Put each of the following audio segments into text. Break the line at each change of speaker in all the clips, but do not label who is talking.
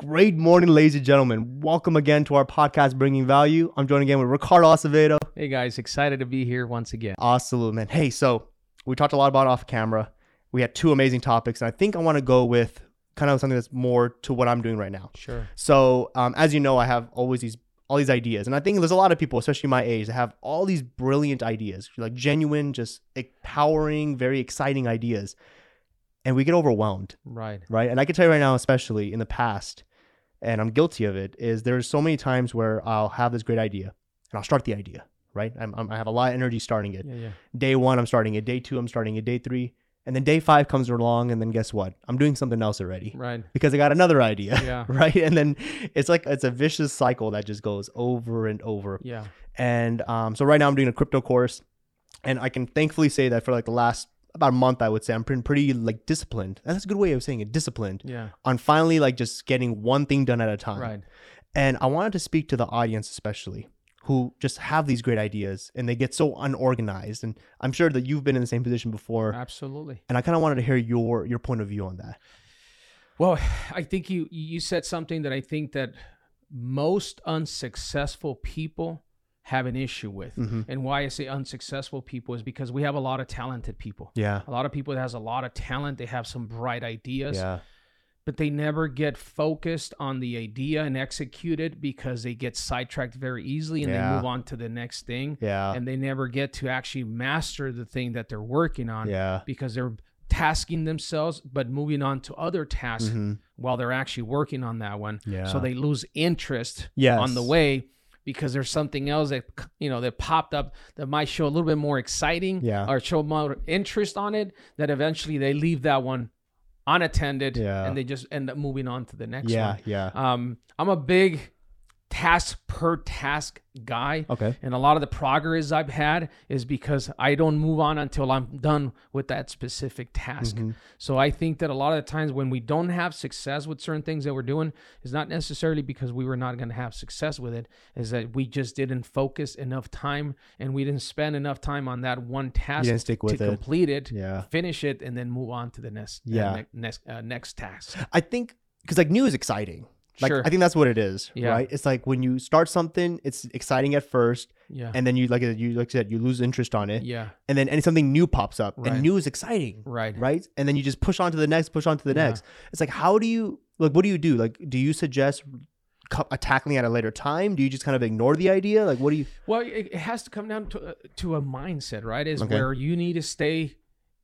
Great morning, ladies and gentlemen. Welcome again to our podcast, Bringing Value. I'm joined again with Ricardo Acevedo.
Hey guys, excited to be here once again.
Absolutely, man. Hey, so we talked a lot about off camera. We had two amazing topics, and I think I want to go with kind of something that's more to what I'm doing right now.
Sure.
So, um, as you know, I have always these all these ideas, and I think there's a lot of people, especially my age, that have all these brilliant ideas, like genuine, just empowering, very exciting ideas, and we get overwhelmed,
Right.
right? And I can tell you right now, especially in the past, and I'm guilty of it, is there's so many times where I'll have this great idea, and I'll start the idea, right? I'm, I'm, I have a lot of energy starting it.
Yeah, yeah.
Day one, I'm starting it. Day two, I'm starting it. Day three, and then day five comes along, and then guess what? I'm doing something else already
Right.
because I got another idea.
Yeah.
Right. And then it's like it's a vicious cycle that just goes over and over.
Yeah.
And um, so right now I'm doing a crypto course. And I can thankfully say that for like the last about a month, I would say I'm pretty, pretty like disciplined. That's a good way of saying it, disciplined
Yeah.
on finally like just getting one thing done at a time.
Right.
And I wanted to speak to the audience especially who just have these great ideas and they get so unorganized. And I'm sure that you've been in the same position before.
Absolutely.
And I kind of wanted to hear your your point of view on that.
Well, I think you you said something that I think that most unsuccessful people have an issue with.
Mhm.
And why I say unsuccessful people is because we have a lot of talented people.
Yeah.
A lot of people that has a lot of talent, they have some bright ideas,
Yeah.
but they never get focused on the idea and execute it because they get sidetracked very easily and
Yeah.
they move on to the next thing.
Yeah.
and they never get to actually master the thing that they're working on
Yeah.
because they're tasking themselves but moving on to other tasks
Mhm.
while they're actually working on that one
Yeah.
so they lose interest
yes.
on the way because there's something else that you know that popped up that might show a little bit more exciting
Yeah.
or show more interest on it that eventually they leave that one unattended
Yeah.
and they just end up moving on to the next
Yeah.
one
Yeah.
um i'm a big task per task guy
okay.
and a lot of the progress I've had is because I don't move on until I'm done with that specific task.
Mhm.
So I think that a lot of the times when we don't have success with certain things that we're doing, is not necessarily because we were not going to have success with it, is that we just didn't focus enough time and we didn't spend enough time on that one task
didn't stick with
to
it.
complete it,
Yeah.
finish it, and then move on to the next
Yeah.
uh, ne- next uh, next task.
I think because like new is exciting. Like
Sure.
I think that's what it is,
Yeah.
right? It's like when you start something, it's exciting at first,
Yeah,
and then you like you like I said, you lose interest on it,
yeah,
and then and something new pops up, and
Right.
new is exciting,
right.
right? And then you just push on to the next, push on to the
Yeah.
next. It's like how do you like what do you do? Like do you suggest co- uh, tackling at a later time? Do you just kind of ignore the idea? Like what do you?
Well, it it has to come down to a, to a mindset, right? Is
Okay.
where you need to stay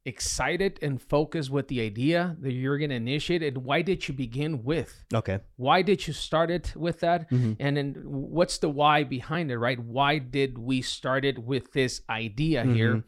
excited and focused with the idea that you're going to initiate it. Why did you begin with?
Okay.
Why did you start it with that?
Mhm.
And then what's the why behind it, right? Why did we start it with this idea
Mm-hmm.
here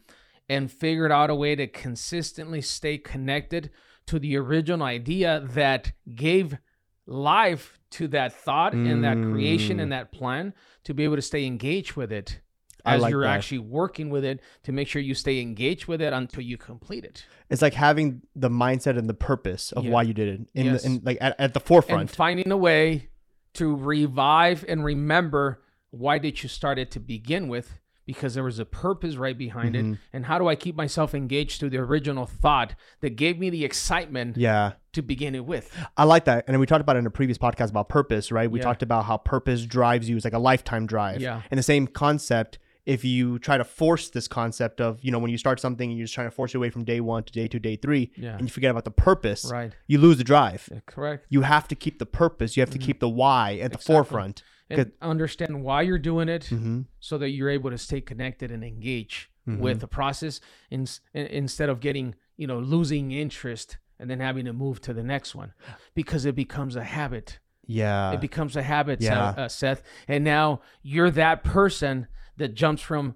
and figured out a way to consistently stay connected to the original idea that gave life to that thought and that creation
Mm.
and that plan to be able to stay engaged with it
I
as
like
you're
that.
actually working with it to make sure you stay engaged with it until you complete it
It's like having the mindset and the purpose of
Yeah.
why you did it in,
Yes.
the, in like at, at the
and
forefront.
finding a way to revive and remember why did you start it to begin with because there was a purpose right behind
Mhm.
it and how do i keep myself engaged to the original thought that gave me the excitement
yeah.
to begin it with
I like that. And we talked about it in a previous podcast about purpose, right? We
Yeah.
talked about how purpose drives you. It's like a lifetime drive.
Yeah.
And the same concept, if you try to force this concept of, you know, when you start something and you're just trying to force your way from day one to day two, day three,
Yeah.
and you forget about the purpose,
right
you lose the drive.
correct
You have to keep the purpose. You have to
Mm-hmm.
keep the why at the forefront.
and
Good.
understand why you're doing it
Mm-hmm.
so that you're able to stay connected and engage with the process in, in, instead of getting you know losing interest and then having to move to the next one because it becomes a habit
Yeah.
it becomes a habit
Uh, yeah.
Seth, uh, Seth and now you're that person that jumps from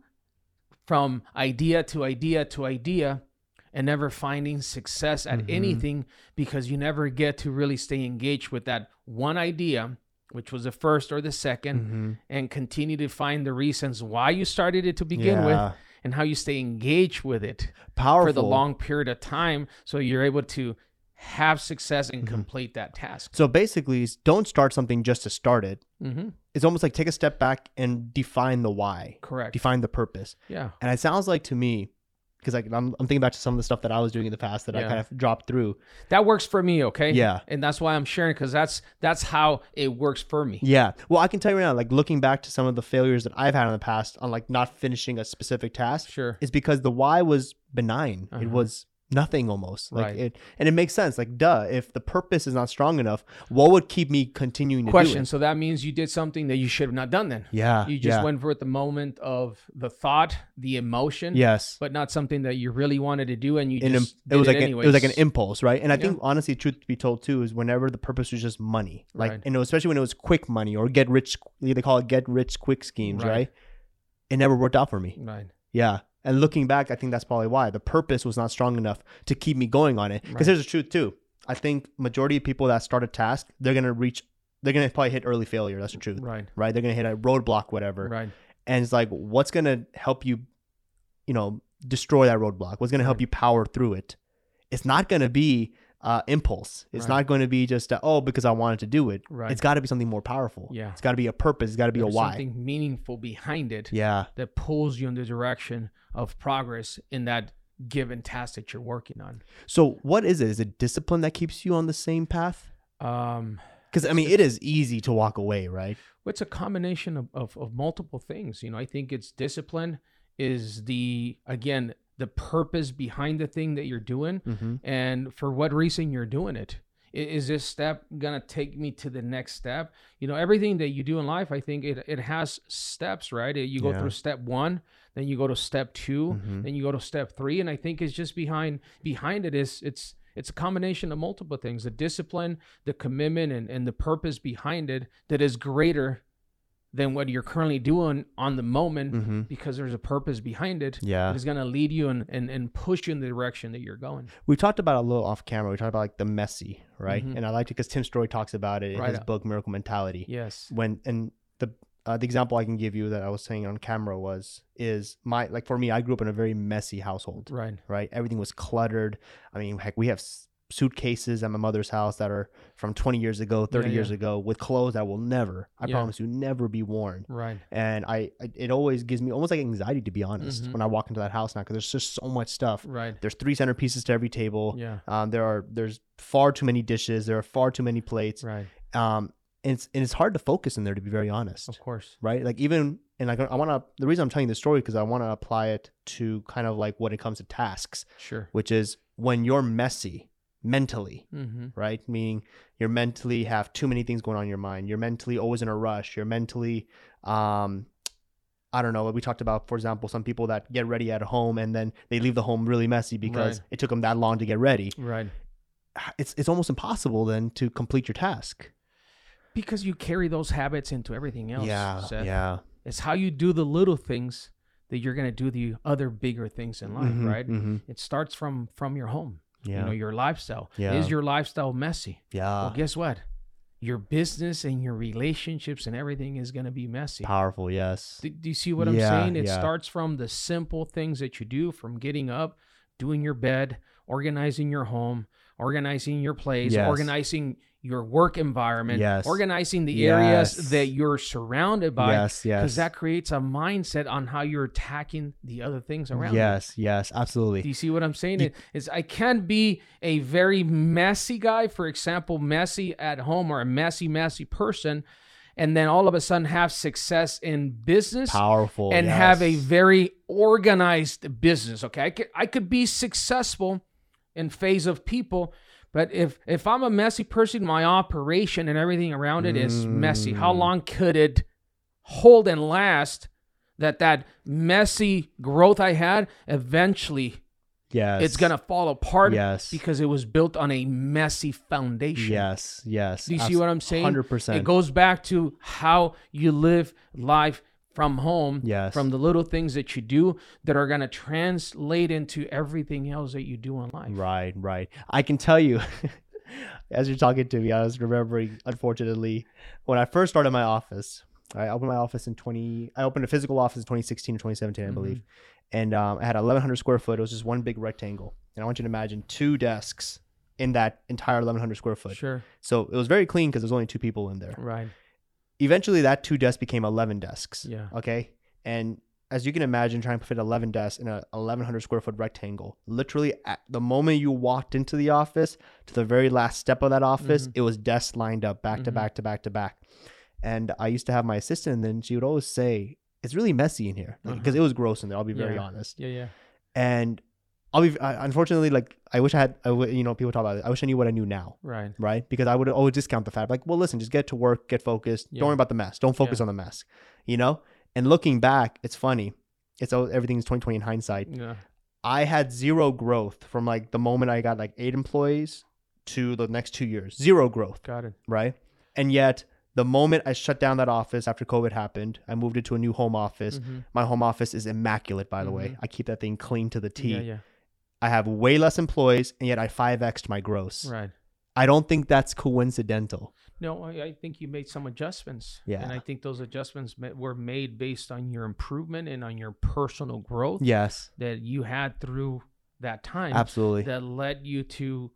from idea to idea to idea and never finding success at
Mhm.
anything because you never get to really stay engaged with that one idea which was the first or the 2nd
Mhm.
and continue to find the reasons why you started it to begin
Yeah.
with and how you stay engaged with it
Powerful.
for the long period of time so you're able to have success
Mm-hmm.
and complete that task.
So basically, it's don't start something just to start it.
Mm-hmm.
It's almost like take a step back and define the why,
Correct.
define the purpose.
Yeah.
And it sounds like to me, 'cause because like I'm, I'm thinking back to some of the stuff that I was doing in the past that I
Yeah.
kind of dropped through.
That works for me, okay?
Yeah.
And that's why I'm sharing because that's that's how it works for me.
Yeah. Well, I can tell you right now, like looking back to some of the failures that I've had in the past on like not finishing a specific task,
Sure.
is because the why was benign.
Uh-huh.
It was nothing almost. Like
Right.
it and it makes sense. Like duh, if the purpose is not strong enough, what would keep me continuing to
Question.
do
So that means you did something that you should have not done then.
it? Yeah.
You just
yeah.
went for it the moment of the thought, the emotion,
Yes.
but not something that you really wanted to do and you
an
just
im- it was
did
like
it
an, it was like an
anyways.
impulse, right? And I
Yeah.
think honestly, truth to be told too, is whenever the purpose was just money, like
Right.
and especially when it was quick money or get rich, they call it get rich quick schemes,
Right.
right. It never worked out for me.
Right.
Yeah, and looking back, I think that's probably why the purpose was not strong enough to keep me going on it. Because
Right.
here's the truth too, I think majority of people that start a task, they're gonna reach, they're gonna probably hit early failure. That's the truth, right?
Right.
They're gonna hit a roadblock, whatever
Right.
and it's like what's going to help you you know destroy that roadblock what's going to help
Right.
you power through it it's not going to be uh, impulse it's
Right.
not going to be just uh oh because i wanted to do it
Right.
it's got to be something more powerful
Yeah.
it's got to be a purpose it's got to be a
There's
why
Something meaningful behind it
yeah
that pulls you in the direction of progress in that given task that you're working on.
so what is it is it discipline that keeps you on the same path
Um,
because i mean it is easy to walk away right
it's a combination of, of, of multiple things. You know, I think it's discipline is the again the purpose behind the thing that you're doing
mm-hmm.
and for what reason you're doing it. I- Is this step gonna take me to the next step? You know, everything that you do in life, I think it it has steps, right? You go
Yeah. Mm-hmm.
through step one, then you go to step 2 then you go to step three, and I think it's just behind behind it is it's it's a combination of multiple things: the discipline, the commitment, and and the purpose behind it that is greater than what you're currently doing on the moment
Mm-hmm.
because there's a purpose behind it.
yeah
that is gonna lead you and, and and push you in the direction that you're going.
we talked about it a little off camera we talked about like the messy right
Mhm.
and i liked it because tim story talks about it in
Right.
his book miracle mentality
Yes.
when and the uh, the example I can give you that I was saying on camera was is my like for me I grew up in a very messy household
Right.
right everything was cluttered I mean heck we have s- suitcases at my mother's house that are from 20 years ago 30
Yeah,
years
yeah.
ago with clothes that will never I
Yeah.
promise you never be worn
Right.
and I I- it always gives me almost like anxiety to be honest
Mhm.
when I walk into that house now because there's just so much stuff
Right.
there's three centerpieces to every table
Yeah.
um, there are there's far too many dishes there are far too many plates
Right.
um and it's, and it's hard to focus in there to be very honest
Of course.
right like even and like i want to the reason i'm telling you this story because i want to apply it to kind of like when it comes to tasks
Sure.
which is when you're messy mentally
Mm-hmm.
right meaning you're mentally have too many things going on in your mind you're mentally always in a rush you're mentally um i don't know we talked about for example some people that get ready at home and then they leave the home really messy because it took them that long to get ready
Right.
it's it's almost impossible then to complete your task
Because you carry those habits into everything else.
yeah
Seth.
yeah
It's how you do the little things that you're gonna do the other bigger things in life,
Mhm,
right?
mhm.
It starts from from your home.
yeah
You know, your lifestyle.
Yeah.
Is your lifestyle messy?
yeah
well, guess what? Your business and your relationships and everything is gonna be messy.
powerful yes
Do, do you see what I'm
Yeah,
saying? It
yeah.
starts from the simple things that you do from getting up, doing your bed, organizing your home, organizing your place,
Yes.
organizing your work environment,
Yes.
organizing the
Yes.
areas that you're surrounded by.
yes yes
Because that creates a mindset on how you're attacking the other things around. you.
yes yes
Do
absolutely
you see what I'm saying?
You-
It- It's I can be a very messy guy, for example, messy at home or a messy, messy person, and then all of a sudden have success in business
powerful
and
yes.
have a very organized business. Okay, I could I could be successful in phase of people, but if if I'm a messy person, my operation and everything around it is messy. How
Mm.
long could it hold and last? That that messy growth I had eventually
yes
it's gonna fall apart
yes
because it was built on a messy foundation.
yes yes
Do you see what I'm saying?
100
It
percent
goes back to how you live life from home,
Yes.
from the little things that you do that are going to translate into everything else that you do in life.
right right i can tell you as you're talking to me i was remembering unfortunately when i first started my office i opened my office in 20 i opened a physical office in 2016 or 2017 i
Mhm.
believe and um, i had 1100 square foot it was just one big rectangle and i want you to imagine two desks in that entire 1100 square foot
Sure.
so it was very clean because there was only two people in there
Right.
eventually that two desks became 11 desks
Yeah.
okay and as you can imagine, trying to fit 11 desks in a 1,100 square foot rectangle. Literally, at the moment you walked into the office to the very last step of that office, it was desks lined up back to
Mhm.
back to back to back. And I used to have my assistant, and then she would always say, "It's really messy in here," because it was gross in there. I'll be very
Yeah.
honest
Yeah, yeah.
and I'll be I, unfortunately like I wish I had I w- you know people talk about it. I wish I knew what I knew now,
Right.
right? Because I would always discount the fact like, well, listen, just get to work, get focused,
Yeah.
don't worry about the mess, don't focus
Yeah.
on the mess, you know. And looking back, it's funny. It's all everything's twenty twenty in hindsight.
Yeah.
I had zero growth from like the moment I got like eight employees to the next two years, zero growth,
Got it.
right? And yet, the moment I shut down that office after COVID happened, I moved into a new home office.
Mhm.
My home office is immaculate, by the way.
Mhm.
I keep that thing clean to the T.
Yeah, yeah.
I have way less employees, and yet I 5X'd my gross.
Right.
I don't think that's coincidental.
No, I, I think you made some adjustments.
Yeah.
And I think those adjustments ma- were made based on your improvement and on your personal growth
Yes,
that you had through that time
absolutely.
that led you to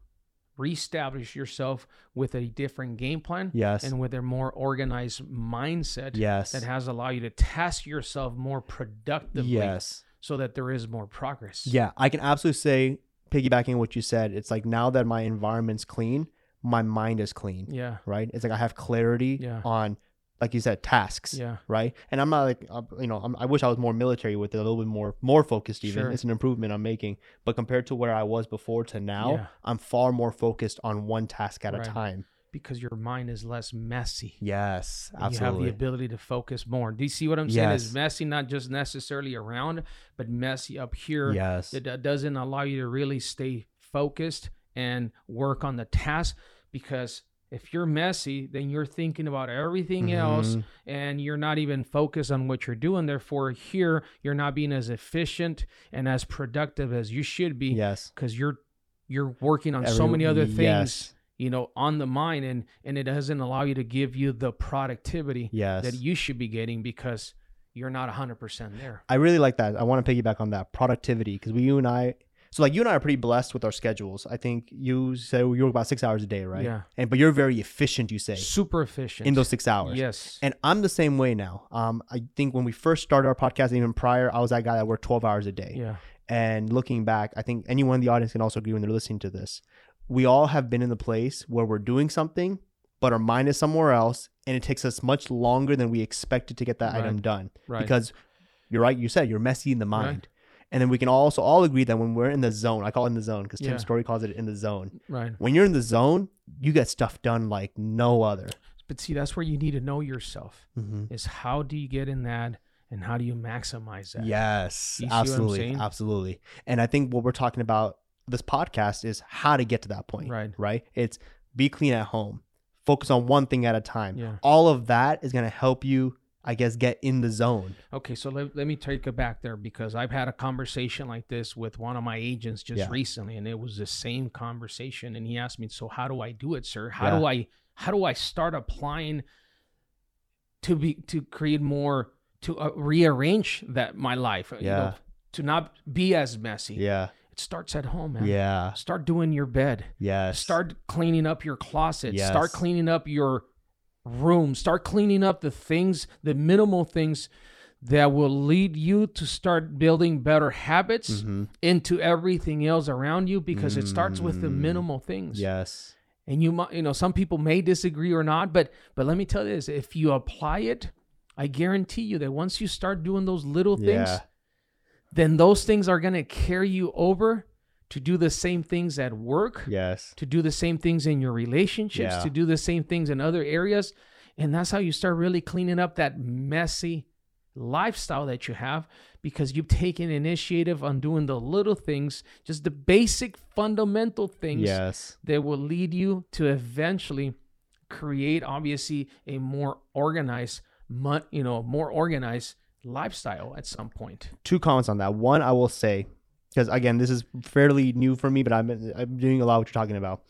reestablish yourself with a different game plan
yes,
and with a more organized mindset
yes,
that has allowed you to task yourself more productively
yes.
so that there is more progress.
Yeah, I can absolutely say, piggybacking what you said, it's like now that my environment's clean, my mind is clean,
Yeah.
right? It's like I have clarity
Yeah.
on, like you said, tasks.
Yeah.
Right, and I'm not like I'm- you know. I'm, I wish I was more military with it, a little bit more more focused. Even
Sure.
it's an improvement I'm making, but compared to where I was before to now,
Yeah.
I'm far more focused on one task at
Right.
a time.
Because your mind is less messy.
Yes,
and You
absolutely.
have the ability to focus more. Do you see what I'm saying? Is
Yes.
messy not just necessarily around, but messy up here
yes.
that, that doesn't allow you to really stay focused and work on the task because if you're messy, then you're thinking about everything else
Mhm.
and you're not even focused on what you're doing. Therefore, here you're not being as efficient and as productive as you should be
Yes.
because you're you're working on so
Every-
many other things
Yes.
you know on the mind and and it doesn't allow you to give you the productivity
yes.
that you should be getting because you're not 100% there
I really like that. I want to piggyback on that productivity because we, you and I, so like you and I are pretty blessed with our schedules. I think you say you work about six hours a day, right?
Yeah.
And but you're very efficient. You say
super efficient
in those six hours.
yes
And I'm the same way now. Um, I think when we first started our podcast, even prior, I was that guy that worked 12 hours a day.
yeah
And looking back, I think anyone in the audience can also agree when they're listening to this. We all have been in the place where we're doing something, but our mind is somewhere else, and it takes us much longer than we expected to get that
Right.
item done.
right
Because you're right, you said you're messy in the
Right.
mind. And then we can also all agree that when we're in the zone, I call it in the zone because
Yeah.
Tim Story calls it in the zone.
right
When you're in the zone, you get stuff done like no other.
but see that's where you need to know yourself
Mm-hmm.
is how do you get in that and how do you maximize that
Yes,
You see what I'm
absolutely,
saying?
absolutely. And I think what we're talking about this podcast is how to get to that point.
Right.
Right. It's be clean at home. Focus on one thing at a time.
Yeah.
All of that is going to help you, I guess, get in the zone.
Okay, so let, let me take it back there because I've had a conversation like this with one of my agents just
Yeah.
recently, and it was the same conversation. And he asked me, "So how do I do it, sir? How do
Yeah.
I how do I start applying to be to create more to uh, rearrange that my life? uh, you know,
Yeah.
to not be as messy.
Yeah.
It starts at home, man.
Yeah.
Start doing your bed.
Yes.
Start cleaning up your closet.
Yes.
Start cleaning up your room. Start cleaning up the things, the minimal things that will lead you to start building better habits
Mhm.
into everything else around you because it starts with the
Mm.
minimal things.
Yes.
And you might, you know, some people may disagree or not, but but let me tell you this, if you apply it, I guarantee you that once you start doing those little things,
Yeah.
then those things are going to carry you over to do the same things at work
Yes.
to do the same things in your relationships,
Yeah.
to do the same things in other areas. And that's how you start really cleaning up that messy lifestyle that you have because you've taken initiative on doing the little things, just the basic fundamental things
Yes.
that will lead you to eventually create obviously a more organized mon- you know, more organized lifestyle at some point.
Two comments on that. One, I will say, because again, this is fairly new for me, but I'm I'm doing a lot of what you're talking about.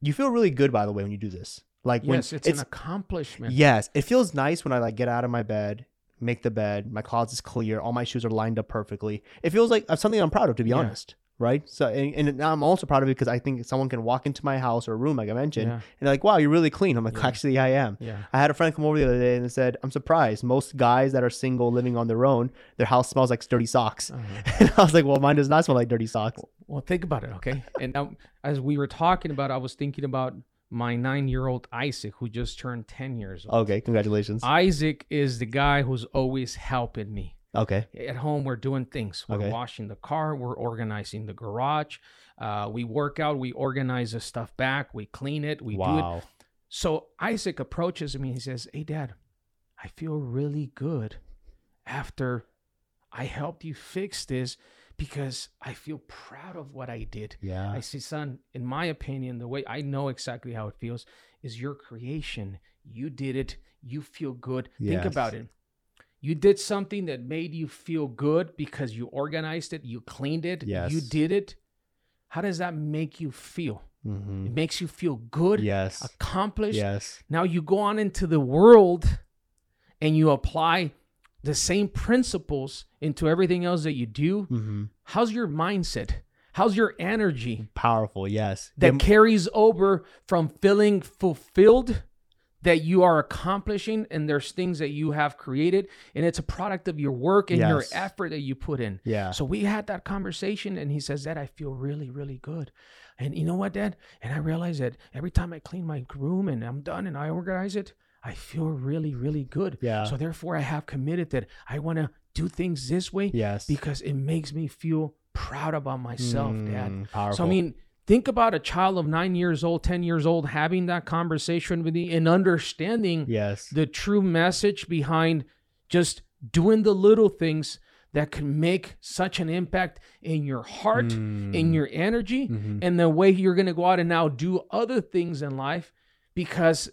You feel really good, by the way, when you do this. Like when
Yes, it's, an accomplishment.
Yes, it feels nice when I like get out of my bed, make the bed, my closet's clear, all my shoes are lined up perfectly. It feels like uh, something I'm proud of, to be
Yeah.
honest. right? So, and, and I'm also proud of it because I think someone can walk into my house or room, like I mentioned,
Yeah.
and they're like, wow, you're really clean. I'm like,
Yeah.
actually, I am.
Yeah.
I had a friend come over the other day and said, I'm surprised. Most guys that are single living on their own, their house smells like dirty socks.
Uh-huh.
And I was like, well, mine does not smell like dirty socks.
Well, think about it, okay? And now, as we were talking about, I was thinking about my nine-year-old Isaac, who just turned ten years old.
Okay, congratulations.
Isaac is the guy who's always helping me.
Okay.
At home, we're doing things. We're
Okay.
washing the car. We're organizing the garage. Uh, we work out. We organize the stuff back. We clean it. We do it.
wow.
So Isaac approaches me. He says, Hey, Dad, I feel really good after I helped you fix this because I feel proud of what I did.
Yeah.
I say, son, in my opinion, the way I know exactly how it feels is your creation. You did it. You feel good. Think
Yes.
about it. You did something that made you feel good because you organized it, you cleaned it, you
Yes.
did it. How does that make you feel?
Mhm.
It makes you feel good,
Yes.
accomplished.
Yes.
Now you go on into the world and you apply the same principles into everything else that you do.
hmm
How's your mindset? How's your energy
Powerful. Yes.
that
It-
carries over from feeling fulfilled that you are accomplishing and there's things that you have created and it's a product of your work and your
Yes.
effort that you put in.
yeah.
So we had that conversation, and he says, Dad, I feel really, really good. And you know what, Dad? And I realized that every time I clean my room and I'm done and I organize it, I feel really, really good.
Yeah.
So therefore, I have committed that I want to do things this way
yes.
because it makes me feel proud about myself, Dad.
Mm, Powerful.
So, I mean, think about a child of nine years old, 10 years old, having that conversation with me and understanding
yes.
the true message behind just doing the little things that can make such an impact in your heart,
Mm.
in your energy,
Mhm.
and the way you're going to go out and now do other things in life because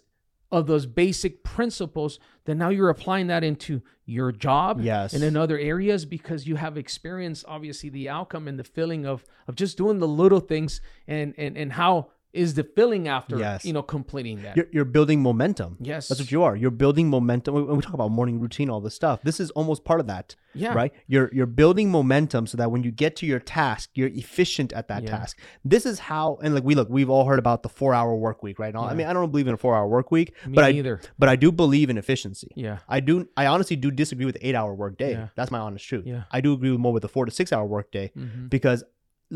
of those basic principles that now you're applying that into your job
Yes.
and in other areas because you have experienced obviously the outcome and the feeling of of just doing the little things and and and how is the feeling after
Yes.
you know completing that
You're, you're building momentum.
yes
That's what you are. You're building momentum. When we talk about morning routine, all this stuff, this is almost part of that,
yeah
right? You're you're building momentum so that when you get to your task, you're efficient at that
Yeah.
task. This is how, and like we look, we've all heard about the four hour work week, right? And all- I
Yeah.
mean, I don't believe in a four hour work week,
me
but I
neither
but I do believe in efficiency.
yeah
I do. I honestly do disagree with the eight hour work day.
Yeah.
That's my honest truth.
Yeah.
I do agree with more with the four to six hour work day
Mhm.
because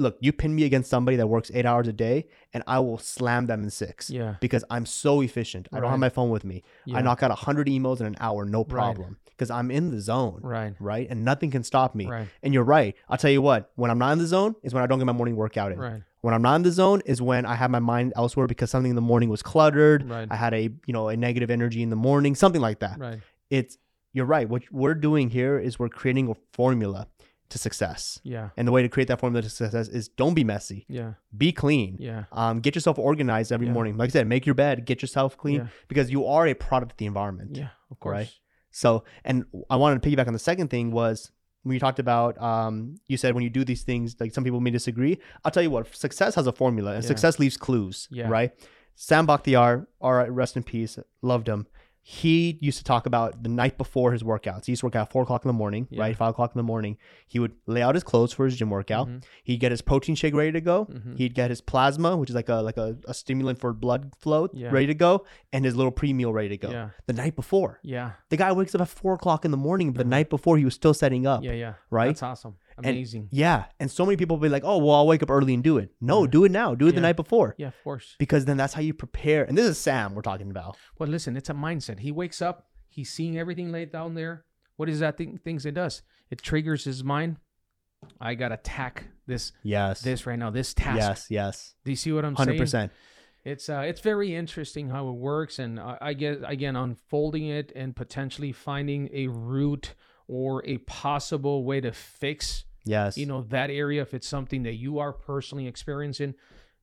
look, you pin me against somebody that works eight hours a day, and I will slam them in six.
Yeah.
Because I'm so efficient. I don't
Right.
have my phone with me. I
Yeah.
knock out hundred emails in an hour, no problem, because I'm in the zone, right.
Right.
And nothing can stop me.
Right.
And you're right. I'll tell you what. When I'm not in the zone, is when I don't get my morning workout in.
Right.
When I'm not in the zone, is when I have my mind elsewhere because something in the morning was cluttered.
Right.
I had a you know a negative energy in the morning, something like that
Right.
it's you're right. What we're doing here is we're creating a formula to success.
Yeah.
And the way to create that formula to success is don't be messy,
Yeah.
be clean.
Yeah.
Um, get yourself organized every
Yeah.
morning. Like I said, make your bed, get yourself clean
Yeah.
because you are a product of the environment.
Yeah. Of course.
Right. So, and I wanted to piggyback on the second thing was when you talked about, um, you said when you do these things, like some people may disagree. I'll tell you what, success has a formula and
Yeah.
success leaves clues,
Yeah.
right? Sam Bakhtiar, all right, rest in peace, loved him. He used to talk about the night before his workouts. He used to work out four o'clock in the morning,
Yeah.
right? Five o'clock in the morning. He would lay out his clothes for his gym workout.
Mhm.
He'd get his protein shake ready to go.
Mhm.
He'd get his plasma, which is like a like a, a stimulant for blood flow,
Yeah.
ready to go, and his little pre meal ready to go.
Yeah.
The night before,
Yeah.
the guy wakes up at four o'clock in the morning, but the night before he was still setting up.
Mm-hmm. Yeah. Yeah.
Right?
That's awesome. Amazing.
Yeah. And so many people be like, oh, well, I'll wake up early and do it. No, do it now. Do it
Mm-hmm. Yeah.
the night before.
yeah. Of course.
Because then that's how you prepare. And this is Sam we're talking about.
Well, listen, it's a mindset. He wakes up. He's seeing everything laid down there. What is that thing? Things it does. It triggers his mind. I gotta attack this.
Yes.
This right now. This task.
yes. Yes.
Do you see what I'm
Hundred
saying?
percent.
It's uh, it's very interesting how it works, and I, I guess again unfolding it and potentially finding a route or a possible way to fix
Yes.
you know that area if it's something that you are personally experiencing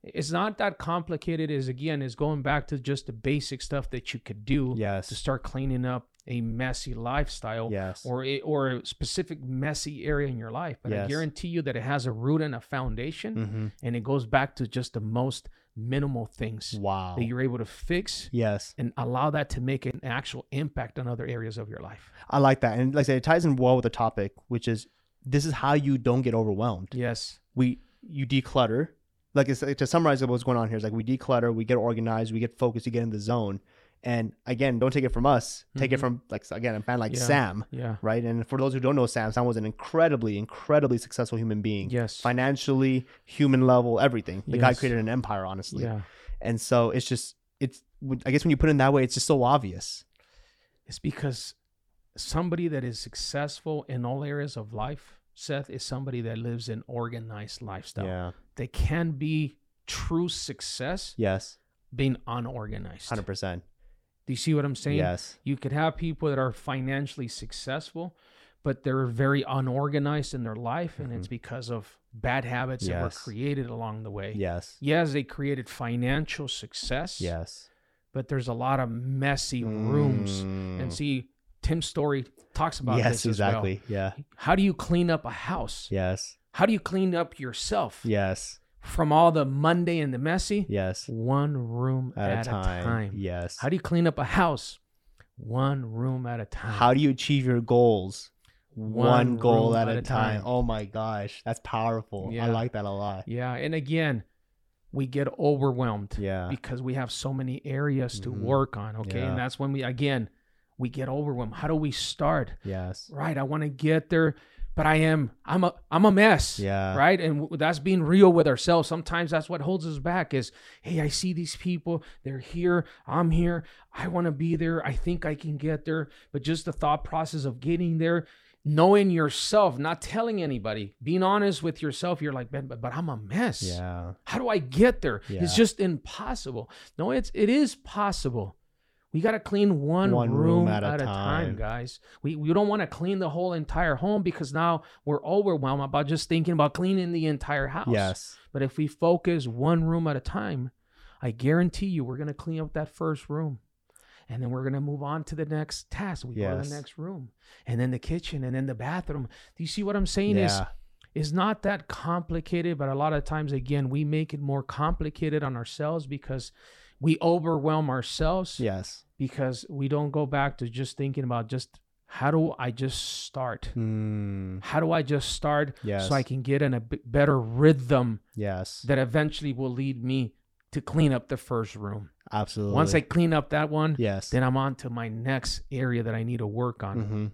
it's not that complicated as again is going back to just the basic stuff that you could do to
Yes.
start cleaning up a messy lifestyle
Yes.
or a, or a specific messy area in your life but i
Yes.
guarantee you that it has a root and a foundation
Mhm.
and it goes back to just the most minimal things
Wow.
that you're able to fix
Yes.
and allow that to make an actual impact on other areas of your life
I like that. And like I said, it ties in well with the topic, which is this is how you don't get overwhelmed.
yes
We you declutter. Like it's, to summarize what's going on here is like we declutter, we get organized, we get focused, you get in the zone. And again, don't take it from us. Take it
Mhm.
from like again a man like
Yeah.
Sam,
Yeah.
right? And for those who don't know Sam, Sam was an incredibly, incredibly successful human being,
Yes.
financially, human level, everything. The guy
Yes.
created an empire, honestly.
Yeah.
And so it's just it's I guess when you put it in that way, it's just so obvious.
It's because somebody that is successful in all areas of life, Seth, is somebody that lives an organized lifestyle.
Yeah.
They can be true success
Yes.
being unorganized.
Hundred percent.
Do you see what I'm saying?
Yes.
You could have people that are financially successful, but they're very unorganized in their life, and it's because of bad habits that were
Mm-hmm. Yes.
created along the way.
Yes.
Yes, they created financial success,
Yes.
but there's a lot of messy rooms. And see, Tim's story talks about
Mm. yes,
this as well.
exactly. Yeah.
How do you clean up a house?
Yes.
How do you clean up yourself
Yes.
from all the Monday and the messy?
Yes.
One room
At, a, time. Yes.
How do you clean up a house? One room at a time.
How do you achieve your goals? One,
One
goal
room
at, a time. Oh my gosh, that's powerful. I
Yeah.
like that a lot.
yeah, and again, we get overwhelmed
Yeah.
because we have so many areas to
Mhm.
work on, okay?
Yeah.
And that's when we again, we get overwhelmed. How do we start?
Yes.
Right, I want to get there, but I am I'm a I'm a mess.
Yeah.
right and w- that's being real with ourselves sometimes that's what holds us back is hey i see these people they're here i'm here i want to be there i think i can get there but just the thought process of getting there knowing yourself not telling anybody being honest with yourself you're like man but, but i'm a mess
Yeah.
how do i get there it's
Yeah.
just impossible no it's it is possible we got to clean one,
One
room, at, a time. guys. We, we don't want to clean the whole entire home because now we're overwhelmed about just thinking about cleaning the entire house.
Yes.
But if we focus one room at a time, I guarantee you we're going to clean up that first room. And then we're going to move on to the next task. We go to
Yes.
the next room and then the kitchen and then the bathroom. Do you see what I'm saying? Is
Yeah.
is not that complicated, but a lot of times, again, we make it more complicated on ourselves because we overwhelm ourselves
Yes.
because we don't go back to just thinking about just how do I just start?
Mm.
How do I just start
Yes.
so I can get in a b- better rhythm
Yes.
that eventually will lead me to clean up the first room?
Absolutely.
Once I clean up that one,
Yes.
then I'm on to my next area that I need to work on
hmm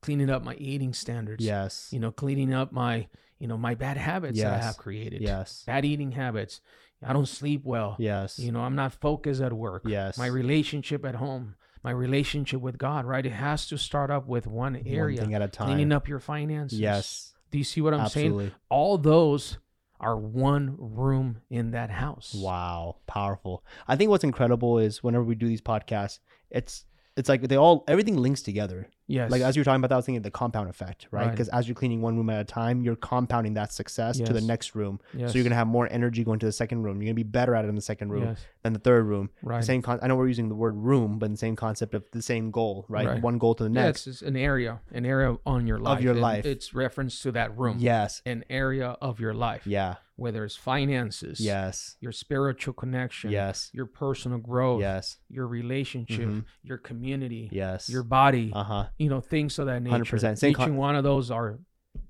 cleaning up my eating standards,
Yes.
you know, cleaning up my, you know, my bad habits that I
Yes.
have created.
Yes.
bad eating habits. I don't sleep well.
Yes.
You know, I'm not focused at work.
Yes.
My relationship at home, my relationship with God, right? It has to start up with one area.
One thing at a time.
Cleaning up your finances.
Yes.
Do you see what I'm saying?
Absolutely.
All those are one room in that house.
Wow, powerful. I think what's incredible is whenever we do these podcasts, it's it's like they all everything links together.
Yes.
Like as you were talking about, that, I was thinking of the compound effect, right?
Right.
Because as you're cleaning one room at a time, you're compounding that success to the
Yes.
next room.
yes.
So you're gonna have more energy going to the second room. You're gonna be better at it in the second room
Yes.
than the third room.
Right.
Same con- I know we're using the word room, but the same concept of the same goal, right?
Right.
One goal to the
Yeah,
next.
it's just an area, an area on your life.
your
and
life.
It's reference to that room.
Yes.
An area of your life.
Yeah.
Whether it's finances.
Yes.
Your spiritual connection.
Yes.
Your personal growth.
Yes.
your relationship,
Mhm.
your community,
Yes.
your body,
uh huh.
you know, things of that nature.
100%. Same
Each
con-
and one of those are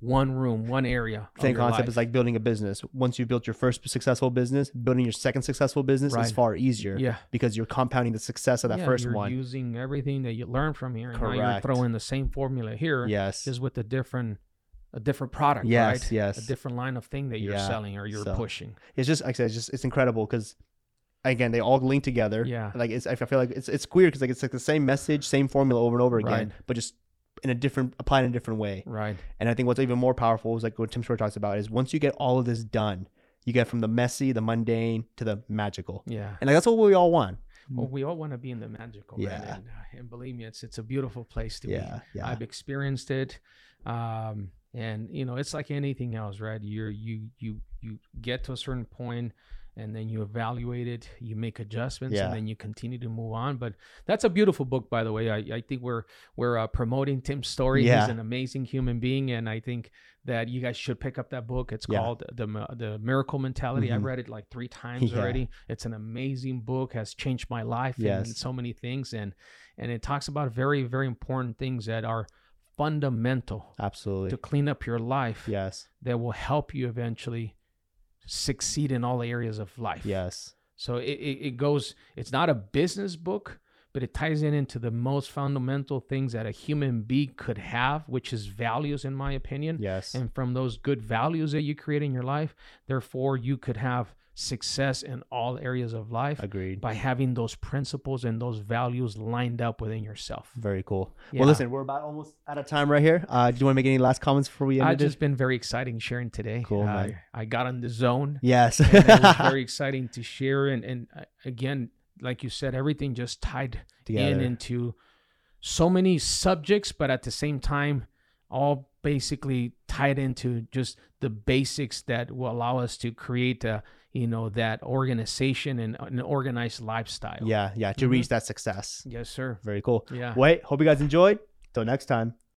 one room, one area. of
Same
your
concept
life.
is like building a business. Once you've built your first successful business, building your second successful business is
Right.
far easier
yeah.
because you're compounding the success of that
Yeah,
1st
you're
one.
using everything that you learn from here, and now you're
Correct.
throwing the same formula here,
yes.
just with a different, a different product,
Yes,
right?
yes.
a different line of thing that you're
Yeah,
selling or you're
so-
pushing.
It's just like I said, it's just it's incredible because again, they all link together.
Yeah.
Like it's I feel like it's it's weird because like it's like the same message, same formula over and over again, but just in a different applied in a different way.
Right.
And I think what's even more powerful is like what Tim Short talks about is once you get all of this done, you get from the messy, the mundane to the magical.
Yeah.
And like that's what we all want.
Well, we all want to be in the magical, man,
Mm. Yeah.
And, uh, and believe me, it's it's a beautiful place to be.
Yeah. Yeah.
I've experienced it. Um, and you know, it's like anything else, right? You're you you you get to a certain point and then you evaluate it, you make adjustments,
Yeah.
and then you continue to move on. But that's a beautiful book, by the way. I, I think we're we're uh, promoting Tim's story.
Yeah.
He's an amazing human being, and I think that you guys should pick up that book. It's
Yeah.
called the Mi- the Miracle Mentality. I've
Mhm.
read it like three times
Yeah.
already. It's an amazing book. Has changed my life and
Yes.
so many things, and and it talks about very very important things that are fundamental
Absolutely.
to clean up your life
Yes.
that will help you eventually succeed in all areas of life.
Yes.
So it, it, it goes, it's not a business book, but it ties in into the most fundamental things that a human being could have, which is values, in my opinion.
Yes.
And from those good values that you create in your life, therefore, you could have success in all areas of life
Agreed.
by having those principles and those values lined up within yourself.
Very cool.
Yeah.
Well, listen, we're about almost out of time right here. Uh, do you want to make any last comments before we end
I've
it?
just been very exciting sharing today.
Cool,
Uh,
man.
I got on the zone.
Yes.
and it was very exciting to share. And, and uh, again, like you said, everything just tied in
Together.
into so many subjects, but at the same time, all basically tied into just the basics that will allow us to create, a, you know, that organization and uh, an organized lifestyle.
yeah, yeah, to
Mhm.
reach that success.
Yes, sir.
Very cool.
Yeah.
Wait, hope you guys enjoyed. Till next time.